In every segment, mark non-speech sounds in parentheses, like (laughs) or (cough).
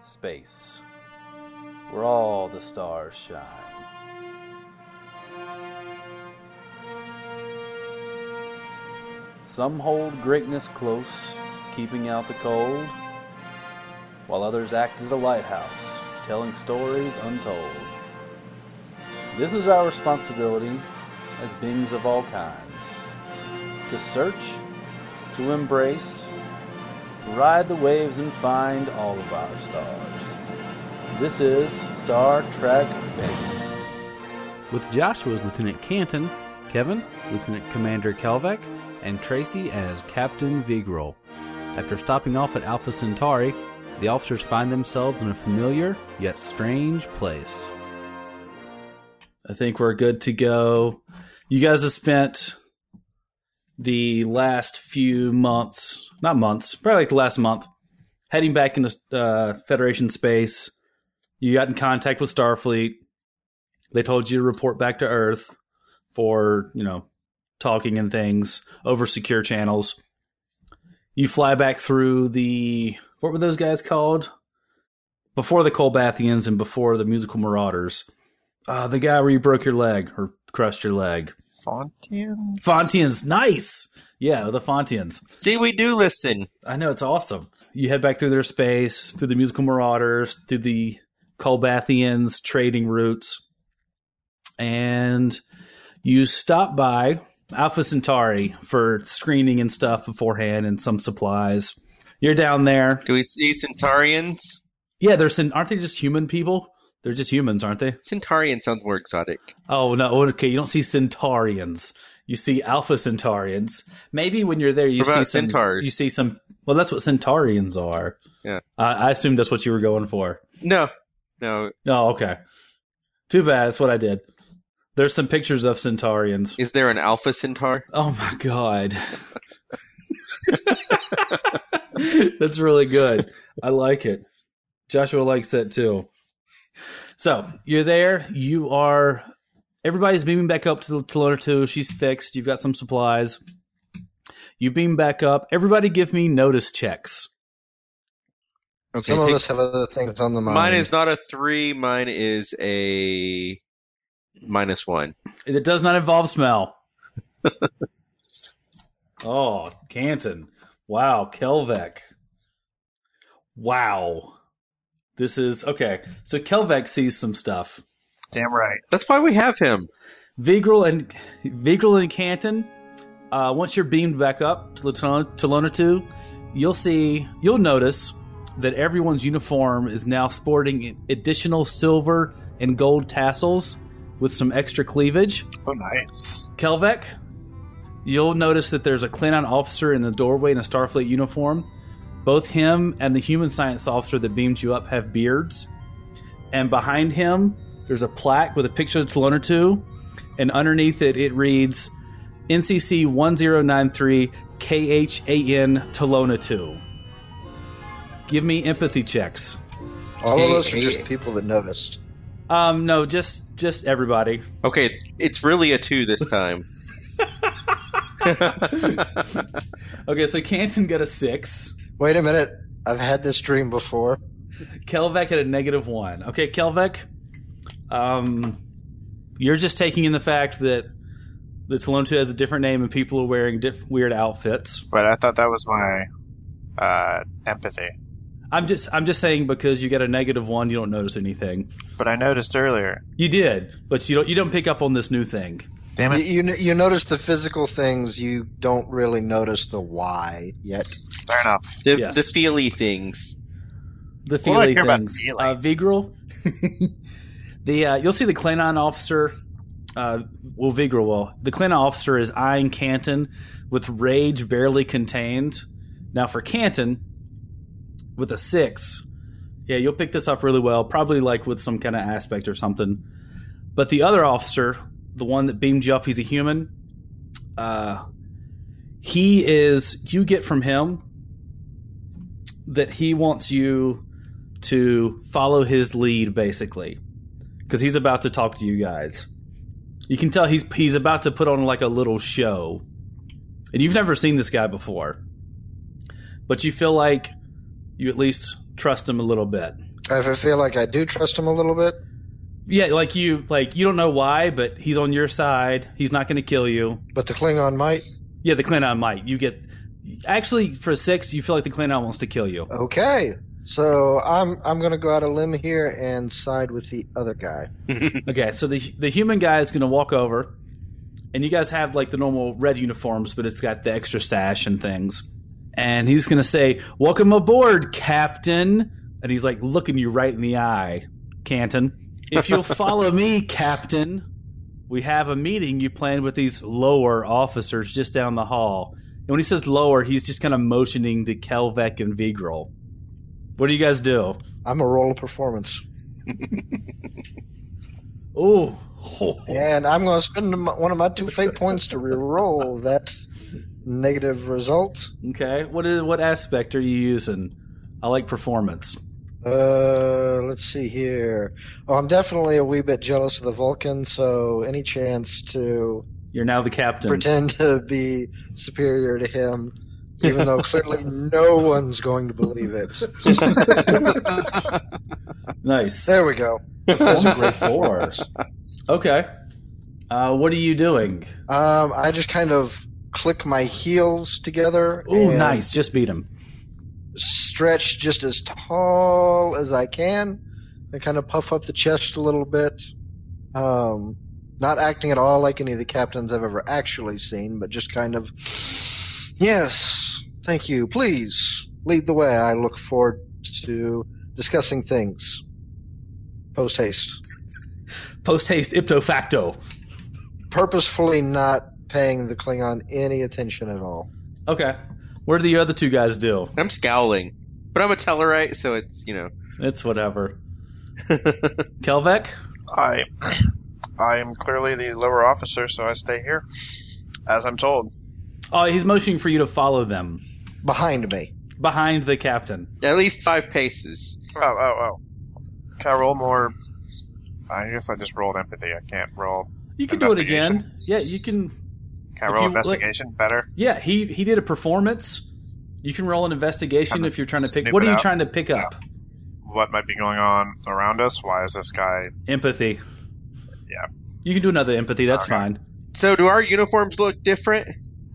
space, where all the stars shine. Some hold greatness close, keeping out the cold, while others act as a lighthouse, telling stories untold. This is our responsibility as beings of all kinds to search, to embrace, ride the waves, and find all of our stars. This is Star Trek Fate. With Joshua as Lieutenant Canton, Kevin, Lieutenant Commander Kelvec, and Tracy as Captain Vigril. After stopping off at Alpha Centauri, the officers find themselves in a familiar yet strange place. I think we're good to go. You guys have spent the last few months, not months, probably like the last month, heading back into uh, Federation space. You got in contact with Starfleet. They told you to report back to Earth for, you know, talking and things over secure channels. You fly back through the what were those guys called? Before the Colbathians and before the Musical Marauders. Uh, the guy where you broke your leg or crushed your leg. Fontian? Fontians, nice. Yeah, the Fontians. See, we do listen. I know it's awesome. You head back through their space, through the musical marauders, through the Colbathians trading routes, and you stop by Alpha Centauri for screening and stuff beforehand and some supplies. You're down there. Do we see Centaurians? Yeah, there's an, aren't they just human people? They're just humans, aren't they? Centaurian sounds more exotic. Oh no, okay, you don't see Centaurians. You see Alpha Centaurians. Maybe when you're there, you What about see some, centaurs? You see some. Well, that's what Centaurians are. Yeah. I I assume that's what you were going for. No, no. Oh, okay. Too bad. That's what I did. There's some pictures of Centaurians. Is there an Alpha Centaur? Oh my god. (laughs) That's really good. I like it. Joshua likes that too. So you're there. You are. Everybody's beaming back up to the to Loner 2. She's fixed. You've got some supplies. You beam back up. Everybody give me notice checks. Some of us have other things on the mind. Mine is not a three. Mine is a minus one. It does not involve smell. (laughs) oh, Canton. Wow, Kelvec. Wow. This is okay. So Kelvec sees some stuff. Damn right. That's why we have him. Vigril and Vigril and Canton. Uh, once you're beamed back up to Latona, to Lona Two, you'll see you'll notice that everyone's uniform is now sporting additional silver and gold tassels with some extra cleavage. Oh, nice. Kelvec, you'll notice that there's a Klingon officer in the doorway in a Starfleet uniform. Both him and the human science officer that beamed you up have beards. And behind him, there's a plaque with a picture of Taloner 2. And underneath it, it reads NCC 1093 KHAN Talona 2. Give me empathy checks. All of us are just people that noticed. Um, no, just just everybody. Okay, it's really a two this time. (laughs) Okay, so Canton got a six. Wait a minute. I've had this dream before. Kelvec at a negative one. Okay, Kelvec, um, you're just taking in the fact that the Talontu has a different name and people are wearing diff- weird outfits. But I thought that was my uh, empathy. I'm just I'm just saying because you got a negative one, you don't notice anything. But I noticed earlier. You did, but you don't you don't pick up on this new thing. Damn You, it. you you notice the physical things. You don't really notice the why yet. Fair enough. The, Yes. the feely things. The Well, I feely care about things. feelings. Uh, Vigril. (laughs) the uh, you'll see the Klingon officer. Uh, well, Vigril will. The Klingon officer is eyeing Canton with rage barely contained. Now for Canton, with a six, yeah, you'll pick this up really well. Probably like with some kind of aspect or something. But the other officer, the one that beamed you up, he's a human. Uh, he is. You get from him that he wants you to follow his lead basically because he's about to talk to you guys you can tell he's he's about to put on like a little show and you've never seen this guy before but you feel like you at least trust him a little bit If I feel like I do trust him a little bit, Yeah, like you, like you don't know why, but he's on your side. He's not going to kill you. but the Klingon might. Yeah, the Klingon might. You get actually for six, you feel like the Klingon wants to kill you. Okay. So I'm I'm gonna go out a limb here and side with the other guy. Okay, so the the human guy is going to walk over, and you guys have like the normal red uniforms, but it's got the extra sash and things. And he's going to say, "Welcome aboard, Captain." And he's like looking you right in the eye, Canton. If you'll follow me, Captain, we have a meeting you planned with these lower officers just down the hall. And when he says lower, he's just kind of motioning to Kelvec and Vigril. What do you guys do? I'm a roll of performance, Ooh. and I'm gonna spend m- one of my two fate points to re-roll that negative result. Okay. What is what aspect are you using? I like performance. Uh, let's see here. Oh, I'm definitely a wee bit jealous of the Vulcan, so any chance to You're now the captain. pretend to be superior to him, even though (laughs) clearly no one's going to believe it. Nice. There we go. Performance of four. Okay. Uh, what are you doing? Um, I just kind of click my heels together. Ooh, and nice. Just beat him. Stretch just as tall as I can, and kind of puff up the chest a little bit. Um, not acting at all like any of the captains I've ever actually seen, but just kind of, yes, thank you, please lead the way. I look forward to discussing things. Post haste, Post haste, ipto facto. purposefully not paying the Klingon any attention at all. Okay. What do the other two guys do? I'm scowling, but I'm a Tellarite, so it's you know. (laughs) It's whatever. Kelvec? I (clears throat) I am clearly the lower officer, so I stay here, as I'm told. Oh, he's motioning for you to follow them Behind me. behind the captain. At least five paces. Oh, oh, oh. Can I roll more? I guess I just rolled empathy. I can't roll. You can do it again. Yeah, you can. Can If I roll you- investigation better? Yeah, he he did a performance. You can roll an investigation I'm if you're trying to pick. snoop What are it you out. trying to pick up? What might be going on around us? Why is this guy? Empathy. Yeah. You can do another empathy. That's Okay. fine. So do our uniforms look different?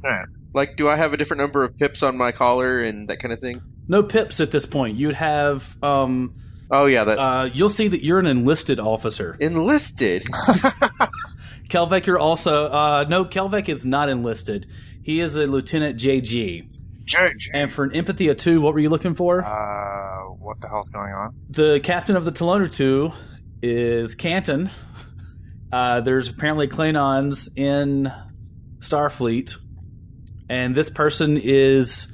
Eh, Like, do I have a different number of pips on my collar and that kind of thing? No pips at this point. You'd have. Um, Oh yeah, that uh, you'll see that you're an enlisted officer. enlisted. Kelvec, you're also. Uh, no, Kelvec is not enlisted. He is a Lieutenant JG. Judge. And for an empathy of two, what were you looking for? Uh, what the hell's (laughs) going on? (laughs) the captain of the Taloner 2 is Canton. (laughs) Uh, there's apparently Klingons in Starfleet. And this person is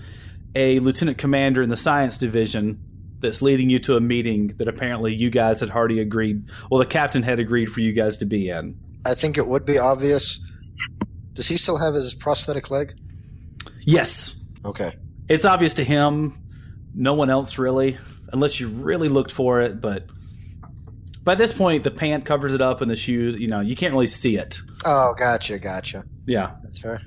a lieutenant commander in the science division that's leading you to a meeting that apparently you guys had already agreed. Well, the captain had agreed for you guys to be in. I think it would be obvious. Does he still have his prosthetic leg? Yes. Okay. It's obvious to him, no one else really, unless you really looked for it. But by this point, the pant covers it up and the shoes, you know, you can't really see it. Oh, gotcha, gotcha. Yeah. That's fair.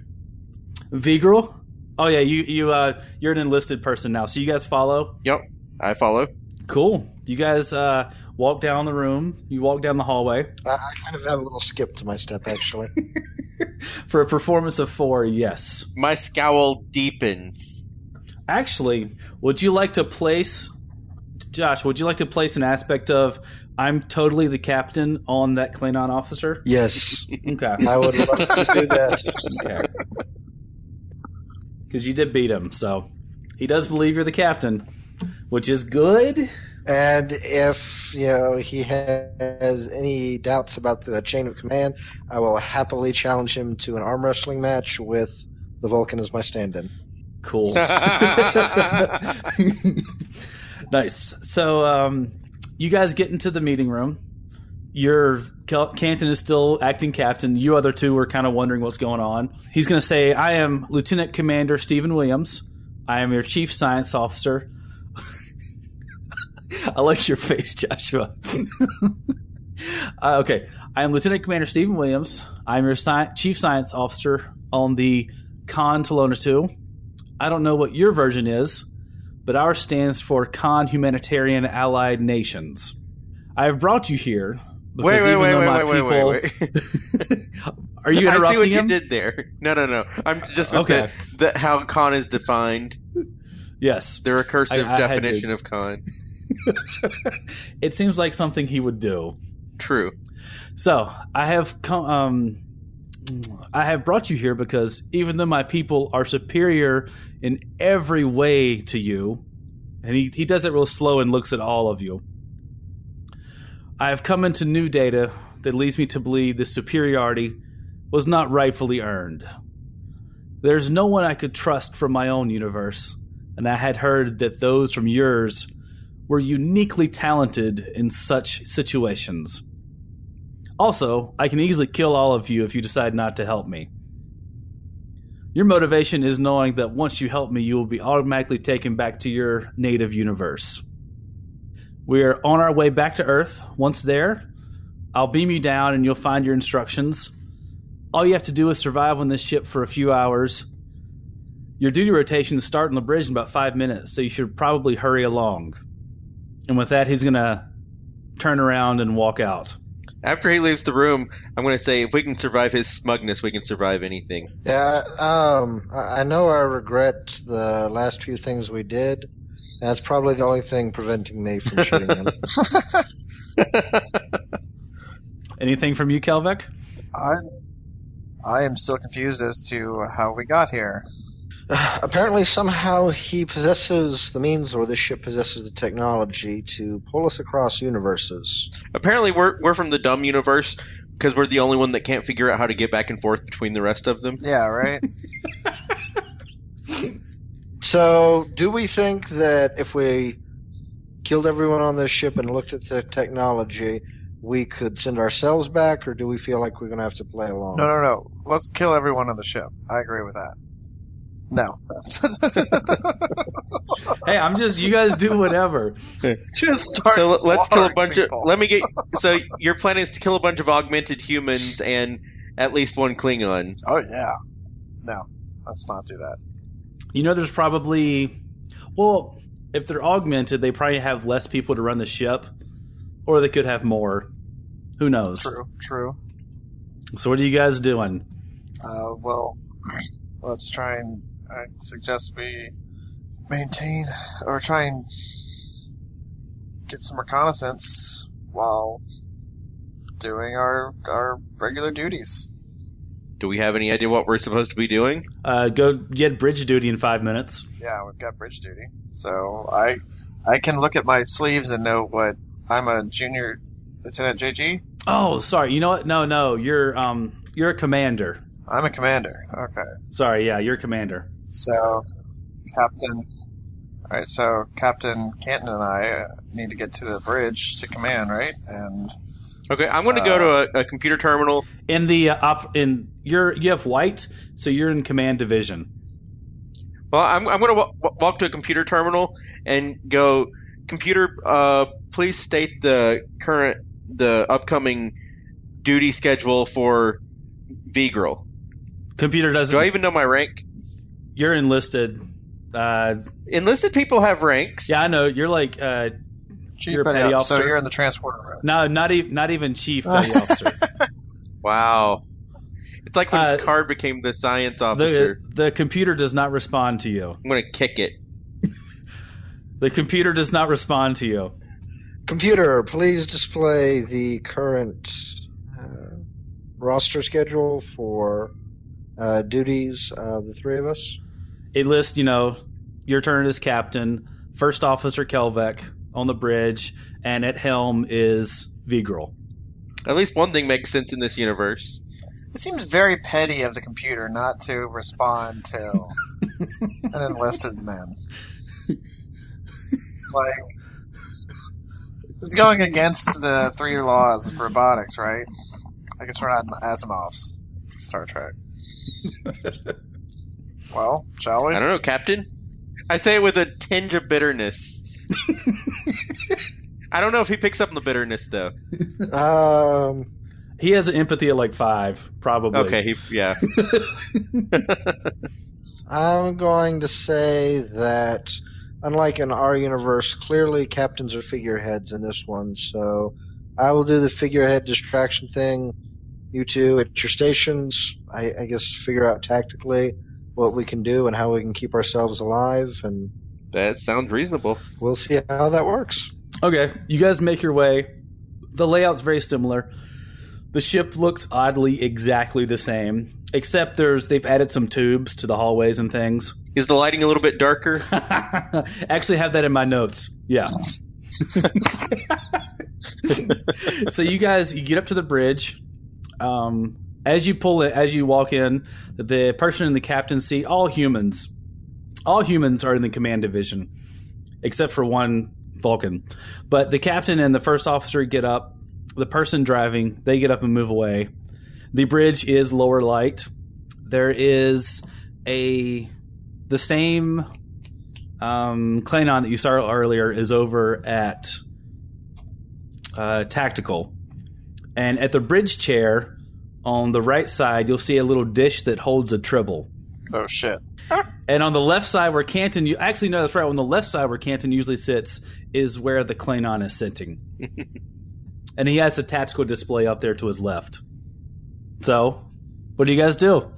Vigril? Oh yeah, you you uh you're an enlisted person now. So you guys follow? yep, I follow. Cool. You guys uh walk down the room, you walk down the hallway. I, I kind of have a little skip to my step, actually. For a performance of four, yes. My scowl deepens. Actually, would you like to place Josh, would you like to place an aspect of I'm totally the captain on that Klingon officer? yes, Okay. I would love to do that. (laughs) Okay. (laughs) Because you did beat him, so he does believe you're the captain, which is good. And if you know he has any doubts about the chain of command, I will happily challenge him to an arm wrestling match with the Vulcan as my stand-in. (laughs) Cool. (laughs) nice. So, um, you guys get into the meeting room. Your Kel- Canton is still acting captain. You other two were kind of wondering what's going on. He's going to say, "I am Lieutenant Commander Stephen Williams. I am your Chief Science Officer." (laughs) I like your face, Joshua. (laughs) uh, okay, I am Lieutenant Commander Stephen Williams. I am your sci- Chief Science Officer on the Con Telona Two. I don't know what your version is, but ours stands for Con Humanitarian Allied Nations. I have brought you here because Wait, wait, even wait, though my wait, wait, people, wait, wait, wait. (laughs) (laughs) are you interrupting I see what him? you did there. No, no, no. I'm just with Okay. the, the, how con is defined. Yes, The recursive I- I had to- definition of con. it seems like something he would do. True. So I have come. Um, I have brought you here because even though my people are superior in every way to you, and he, he does it real slow and looks at all of you. I have come into new data that leads me to believe this superiority was not rightfully earned. There's no one I could trust from my own universe, and I had heard that those from yours were uniquely talented in such situations. Also, I can easily kill all of you if you decide not to help me. Your motivation is knowing that once you help me, you will be automatically taken back to your native universe. We are on our way back to Earth. Once there, I'll beam you down and you'll find your instructions. All you have to do is survive on this ship for a few hours. Your duty rotations start on the bridge in about five minutes, so you should probably hurry along. And with that, he's going to turn around and walk out. After he leaves the room, I'm going to say if we can survive his smugness, we can survive anything. Yeah, um, I I know I regret the last few things we did. That's probably the only thing preventing me from shooting him. Anything from you, Kelvik? I'm, I am still confused as to how we got here. (sighs) Apparently, somehow he possesses the means, or this ship possesses the technology to pull us across universes. Apparently, we're we're from the dumb universe because we're the only one that can't figure out how to get back and forth between the rest of them. (laughs) Yeah, right? So, do we think that if we killed everyone on this ship and looked at the technology, we could send ourselves back, or do we feel like we're going to have to play along? No, no, no. Let's kill everyone on the ship. I agree with that. No. Hey, I'm just you guys do whatever. (laughs) So let- let's kill a bunch people. of. Let me get. So your plan is to kill a bunch of augmented humans and at least one Klingon. oh, yeah. No. Let's not do that. You know, there's probably well, if they're augmented, they probably have less people to run the ship, or they could have more. Who knows? True, true. So, what are you guys doing? Uh, well, let's try and I suggest we maintain or try and get some reconnaissance while doing our our regular duties. Do we have any idea what we're supposed to be doing? Uh, go get bridge duty in five minutes. Yeah, we've got bridge duty, so I I can look at my sleeves and know what I'm a junior lieutenant JG. Oh, sorry. You know what? No, no. You're um, you're a commander. I'm a commander. Okay, Sorry, yeah, you're a commander. so captain. All right, so Captain Canton and I uh, need to get to the bridge to command, right? And Okay, I'm going to go to a, a computer terminal. In the uh, op, in you're you have white, so you're in command division. Well, I'm, I'm going to w- walk to a computer terminal and go, computer, uh, please state the current, the upcoming duty schedule for Vigral. Computer doesn't. Do I even know my rank? You're enlisted. Uh, Enlisted people have ranks. yeah, I know. You're like uh, Chief You're a petty Petty Officer. So officer. you're in the transporter room. No, not even not even chief petty officer. Wow. It's like when Uh, Picard became the science The (laughs) officer. the computer does not respond to you. I'm going to kick it. The computer does not respond to you. Computer, please display the current uh, roster schedule for uh, duties of the three of us. It lists, you know, your turn is captain, first officer Kelvec on the bridge, and at helm is Vigral. At least one thing makes sense in this universe. It seems very petty of the computer not to respond to an enlisted man. Like, it's going against the three laws of robotics, right? I guess we're not in Asimov's (laughs) Star Trek. Well, shall I we? don't know, Captain. I say it with a tinge (laughs) of bitterness. I don't know if he picks up on the bitterness, though. Um, He has an empathy of like five, probably. Okay, he, yeah. I'm going to say that unlike in our universe, clearly captains are figureheads in this one. So I will do the figurehead distraction thing. You two at your stations, I, I guess, figure out tactically what we can do and how we can keep ourselves alive, and That sounds reasonable. we'll see how that works. Okay, you guys make your way. The layout's very similar. The ship looks oddly exactly the same, except there's they've added some tubes to the hallways and things. Is the lighting a little bit darker? (laughs) Actually, have that in my notes. Yeah. so you guys, you get up to the bridge. Um, as you pull it, as you walk in, the person in the captain's seat, all humans, all humans are in the command division, except for one Vulcan. But the captain and the first officer get up. The person driving, they get up and move away. The bridge is lower light. There is a the same um, Klanon that you saw earlier is over at uh, Tactical. And at the bridge chair on the right side, you'll see a little dish that holds a tribble. Oh shit. And on the left side where Canton, you actually no, that's right. On the left side where Canton usually sits is where the Klanon is sitting, and he has a tactical display up there to his left. So, what do you guys do?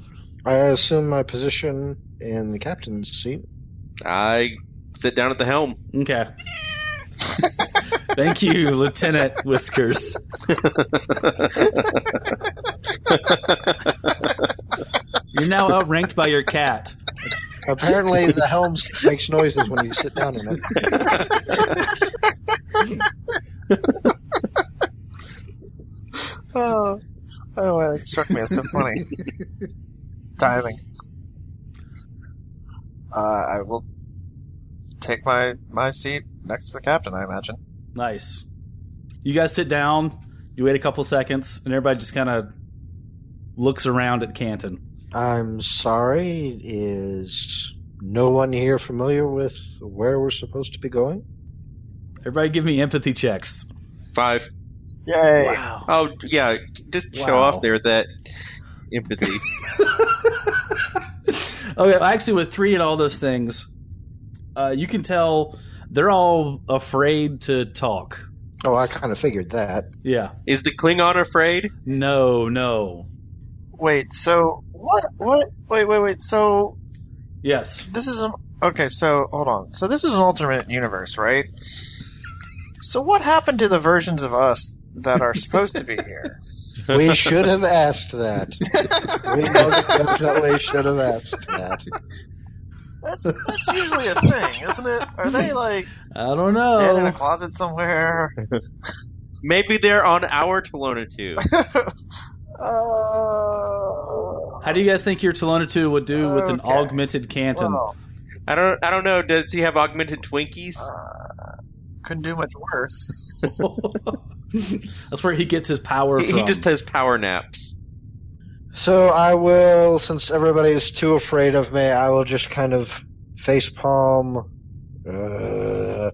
I assume my position in the captain's seat. I sit down at the helm. Okay. Thank you, Lieutenant Whiskers. You're now outranked by your cat. Apparently, the helm makes noises when you sit down in it. Oh, I don't know why that struck me. It's so funny. Diving. Uh, I will take my my seat next to the captain. I imagine. Nice. You guys sit down. You wait a couple seconds, and everybody just kind of looks around at Canton. I'm sorry. Is no one here familiar with where we're supposed to be going? Everybody, give me empathy checks. Five. Yay! Wow. Oh yeah, just show Wow. off there with that empathy. Okay, well, actually, with three and all those things, uh, you can tell they're all afraid to talk. Oh, I kind of figured that. Yeah. Is the Klingon afraid? No, no. Wait. So what? What? Wait. Wait. Wait. So Yes. this is an okay. So hold on. So this is an alternate universe, right? So what happened to the versions of us that are supposed to be here? We should have asked that. We most definitely should have asked that. That's that's usually a thing, isn't it? Are they like I don't dead in a know. closet somewhere? Maybe they're on our Telona too. (laughs) Uh, How do you guys think your Telona 2 would do with an Okay. augmented Canton? well, I don't. I don't know. Does he have augmented Twinkies? uh, couldn't do much worse. (laughs) That's where he gets his power He, from. he just has power naps. So I will, since everybody is too afraid of me, I will just kind of face palm, uh,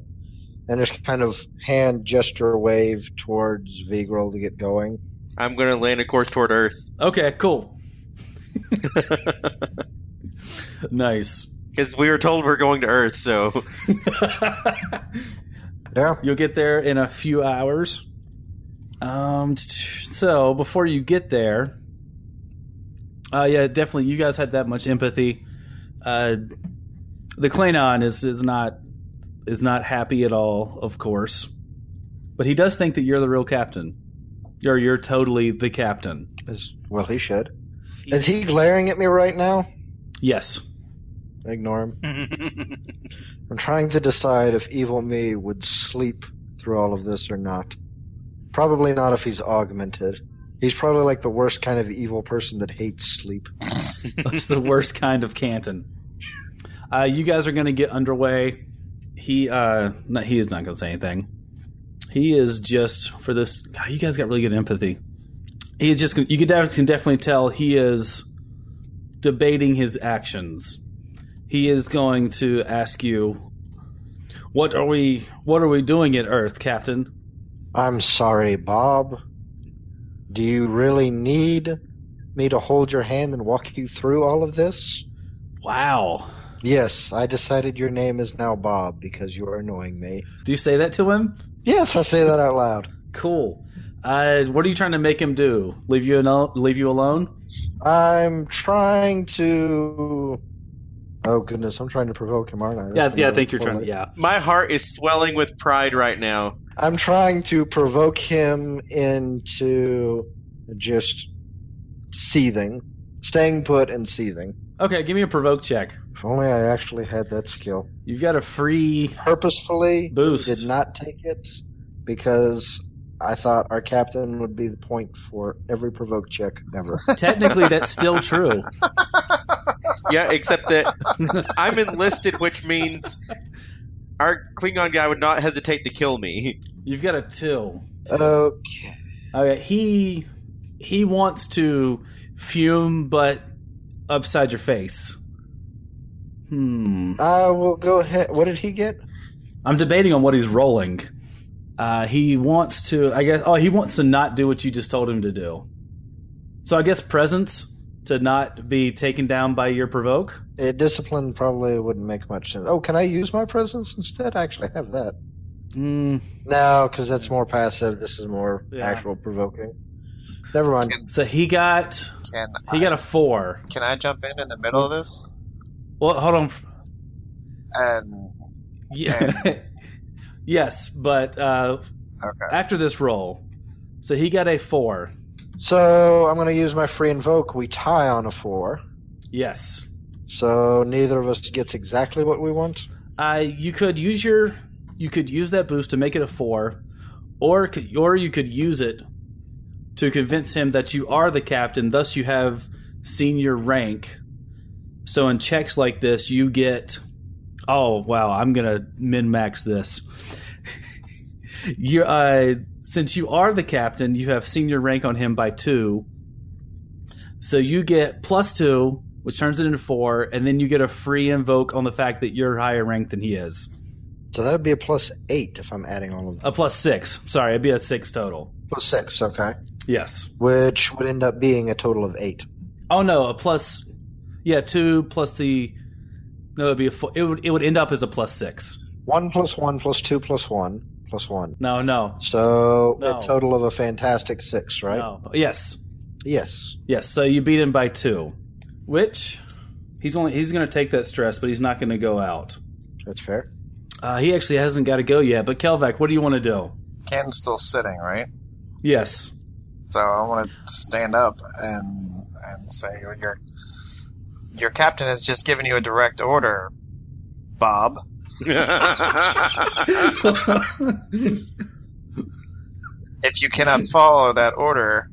and just kind of hand gesture wave towards Vigral to get going. I'm gonna land a course toward Earth okay, (laughs) cool. (laughs) nice. (laughs) because we were told we're going to Earth. So Yeah. You'll get there in a few hours. Um, so before you get there, uh, yeah, definitely, you guys had that much empathy. Uh, the Klanon is is not is not happy at all, of course, but he does think that you're the real captain. You're you're totally the captain. Is, well, he should. Is he glaring at me right now? Yes. Ignore him. I'm trying to decide if evil me would sleep through all of this or not. Probably not if he's augmented. He's probably like the worst kind of evil person that hates sleep. It's the worst kind of Canton. Uh, you guys are going to get underway. He uh, no, he is not going to say anything. He is just for this. God, you guys got really good empathy. He is just. You can def- can definitely tell he is debating his actions. He is going to ask you, "What are we? What are we doing at Earth, Captain?" I'm sorry, Bob. Do you really need me to hold your hand and walk you through all of this? Wow. Yes, I decided your name is now Bob because you are annoying me. Do you say that to him? Yes, I say that out loud. Cool. Uh, what are you trying to make him do? Leave you alone? Leave you alone? I'm trying to. Oh goodness, I'm trying to provoke him, aren't I? That's Yeah, gonna yeah. I be think you're trying. poorly. Yeah. My heart is swelling with pride right now. I'm trying to provoke him into just seething, staying put and seething. Okay, give me a provoke check. If only I actually had that skill. You've got a free Purposefully Boost. did not take it because I thought our captain would be the point for every provoke check (laughs) ever. Technically, that's still true. Yeah, except that I'm enlisted, which means our Klingon guy would not hesitate to kill me. You've got a till. Uh, okay. Okay, he he wants to fume, but upside your face. Hmm. I will go ahead. What did he get? I'm debating on what he's rolling. Uh, he wants to, I guess. Oh, he wants to not do what you just told him to do. So I guess presence to not be taken down by your provoke. Uh, discipline probably wouldn't make much sense. Oh, can I use my presence instead? I actually have that. Mm, No, because that's more passive. This is more Yeah. actual provoking. Never mind. so he got Can he got a four. can I jump in in the middle of this? Well, hold on. And Yeah. yes, but uh, okay, after this roll, so he got a four. So I'm going to use my free invoke. We tie on a four, Yes. so neither of us gets exactly what we want. Uh, you could use your you could use that boost to make it a four, or c- or you could use it to convince him that you are the captain. Thus, you have senior rank. So in checks like this, you get. Oh wow! I'm gonna min max this. (laughs) you uh, since you are the captain, you have senior rank on him by two. So you get plus two, which turns it into four, and then you get a free invoke on the fact that you're higher ranked than he is. So that would be a plus eight if I'm adding all of them. A plus six. Sorry, it'd be a six total. Plus six, okay. Yes. Which would end up being a total of eight. Oh no, a plus. Yeah, two plus the. No, it'd be a four. It would it would end up as a plus six. One plus one plus two plus one plus one. No, no, So No. a total of a fantastic six, right? no. Yes, Yes. yes. So you beat him by two, which he's only he's going to take that stress, but he's not going to go out. That's fair. Uh, he actually hasn't got to go yet. But Kelvac, what do you want to do? Ken's still sitting, right? Yes. So I want to stand up and and say your your captain has just given you a direct order, Bob. If you cannot follow that order,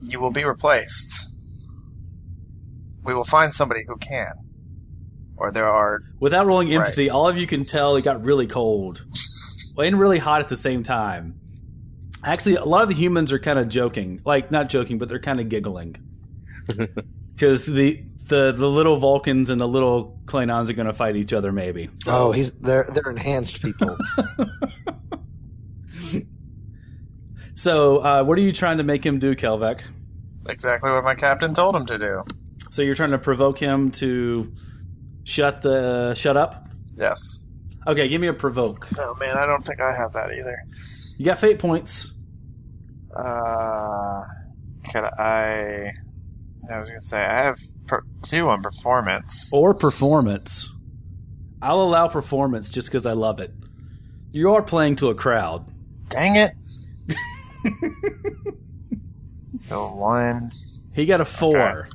you will be replaced. We will find somebody who can. Or there are Without rolling empathy, all of you can tell it got really cold and really hot at the same time. Actually, a lot of the humans are kind of joking, like not joking, but they're kind of giggling because the the the little Vulcans and the little Klingons are going to fight each other, maybe. Oh, he's they're they're enhanced (laughs) people. So, uh, what are you trying to make him do, Kelvec? exactly what my captain told him to do. So you're trying to provoke him to shut the shut up. Yes. Okay, give me a provoke. Oh man, I don't think I have that either. You got fate points. Uh, could I? I was gonna say I have per- two on performance. or performance. I'll allow performance just because I love it. You are playing to a crowd. (laughs) Dang it! Go one. He got a four.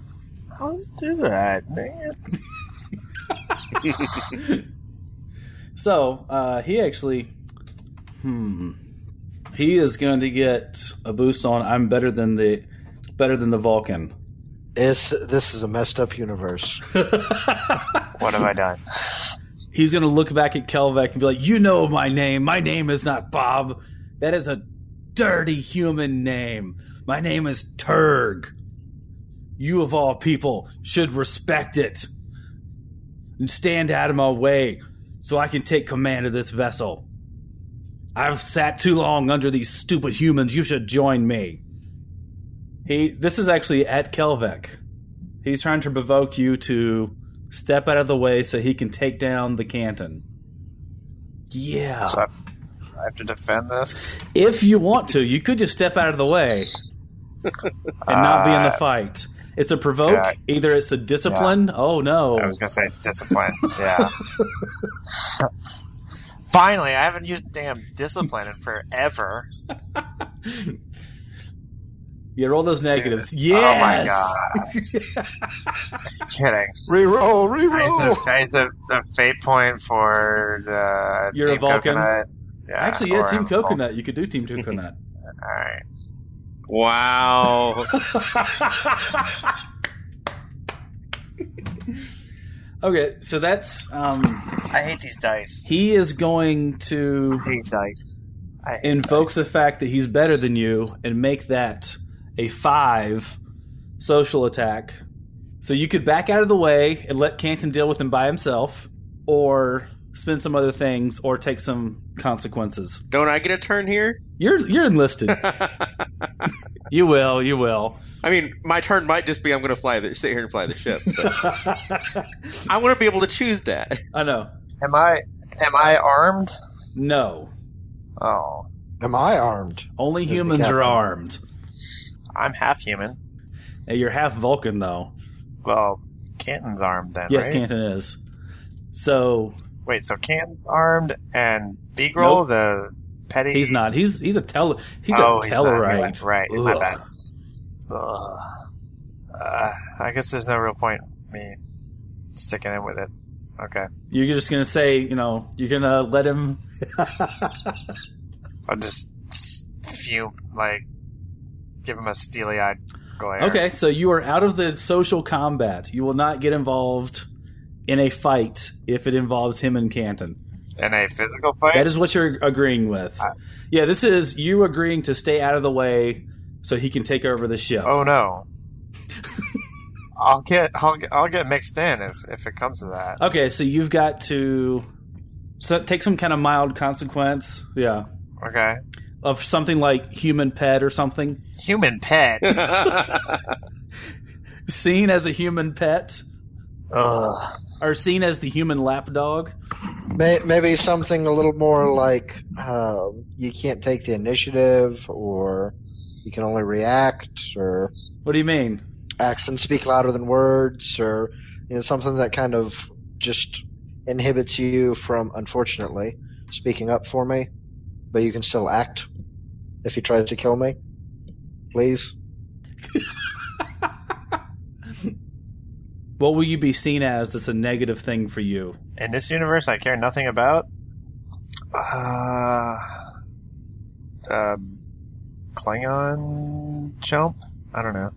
How does it do that? Dang it! So uh, he actually, hmm, he is going to get a boost on. I'm better than the better than the Vulcan. It's, this is a messed up universe. What have I done? (laughs) He's going to look back at Kelvec and be like, "You know my name. My name is not Bob. That is a dirty human name. My name is Turg. You of all people should respect it and stand out of my way so I can take command of this vessel. I've sat too long under these stupid humans. You should join me." He this is actually at Kelvec. He's trying to provoke you to step out of the way so he can take down the canton. Yeah. So I, I have to defend this. If you want to, you could just step out of the way and not be in the Uh, fight. It's a provoke. yeah. Either it's a discipline. Oh no. I was gonna say (laughs) discipline. Yeah. Finally, I haven't used damn discipline in forever. Yeah, roll those negatives. Dude. Yes. Oh my god. (laughs) Kidding. Reroll, I reroll. used, a, I used a, a fate point for the You're a Team Vulcan. Coconut. Yeah, Actually, yeah, or Team I'm a Coconut. You could do Team Coconut. (laughs) Vulcan. All right. Wow. okay, so that's um, I hate these dice. he is going to hate dice. I hate invoke dice. the fact that he's better than you and make that a five social attack. So you could back out of the way and let Canton deal with him by himself, or spend some other things, or take some consequences. Don't I get a turn here? (laughs) You're you're enlisted. (laughs) I you will. You will. mean, my turn might just be I'm going to fly the sit here and fly the ship. (laughs) But I want to be able to choose that. (laughs) I know. Am I am I armed? No. Oh, Am I armed? Only the humans are captain. armed. I'm half human. Hey, You're half Vulcan, though. Well, Canton's armed then, Yes, right? Canton is. So Wait, so Canton's armed and Beagle, Nope. the petty. he's not. He's he's a tell. He's oh, a he's not. You're Tellarite. Right, right. My Ugh. bad. Ugh. Uh, I guess there's no real point me sticking in with it. Okay, You're just gonna say, you know, you're gonna let him. I'll just s- fume, like give him a steely-eyed glare. Okay, so you are out of the social combat. You will not get involved in a fight if it involves him and Canton. In a physical fight. That is what you're agreeing with. Yeah, this is you agreeing to stay out of the way so he can take over the ship. (laughs) Oh no. I'll get I'll get, I'll get mixed in if if it comes to that. Okay, so you've got to so take some kind of mild consequence. Yeah. Okay. Of something like human pet or something. (laughs) Human pet. Seen as a human pet Ugh. or seen as the human lapdog. May, maybe something a little more like um, you can't take the initiative, or you can only react, or What do you mean? actions speak louder than words, or you know something that kind of just inhibits you from, unfortunately, speaking up for me. But you can still act if he tries to kill me. Please. What will you be seen as that's a negative thing for you? In this universe, I care nothing about. Uh, um, Klingon chump. I don't know.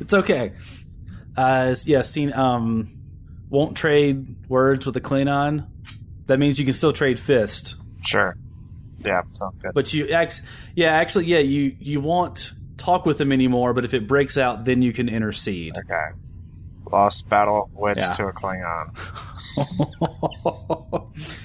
It's okay. Uh it's- yeah, seen um won't trade words with a Klingon. That means you can still trade fist. Sure. Yeah, sounds good. But you act yeah, actually yeah, you you won't talk with him anymore, but if it breaks out then you can intercede. Okay. Lost battle of wits Yeah. to a Klingon. (laughs)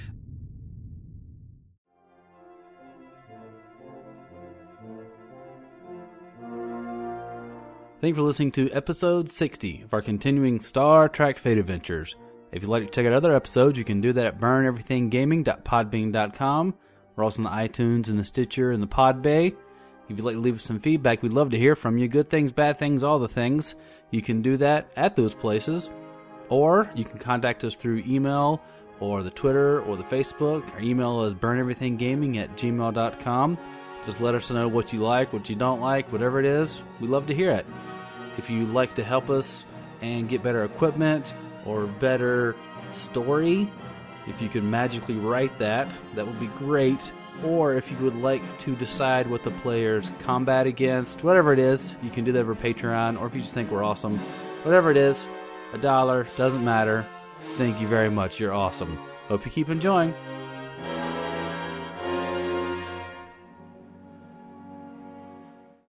Thank you for listening to episode 60 of our continuing Star Trek Fate Adventures. If you'd like to check out other episodes, you can do that at burneverythinggaming.podbean.com. We're also on the iTunes and the Stitcher and the Podbay. If you'd like to leave us some feedback, we'd love to hear from you. Good things, bad things, all the things. You can do that at those places. Or you can contact us through email or the Twitter or the Facebook. Our email is burneverythinggaming at gmail.com. Just let us know what you like, what you don't like, whatever it is. We love to hear it. If you'd like to help us and get better equipment or better story, if you could magically write that, that would be great. Or if you would like to decide what the players combat against, whatever it is, you can do that over Patreon, or if you just think we're awesome, whatever it is, a dollar, doesn't matter. Thank you very much. You're awesome. Hope you keep enjoying.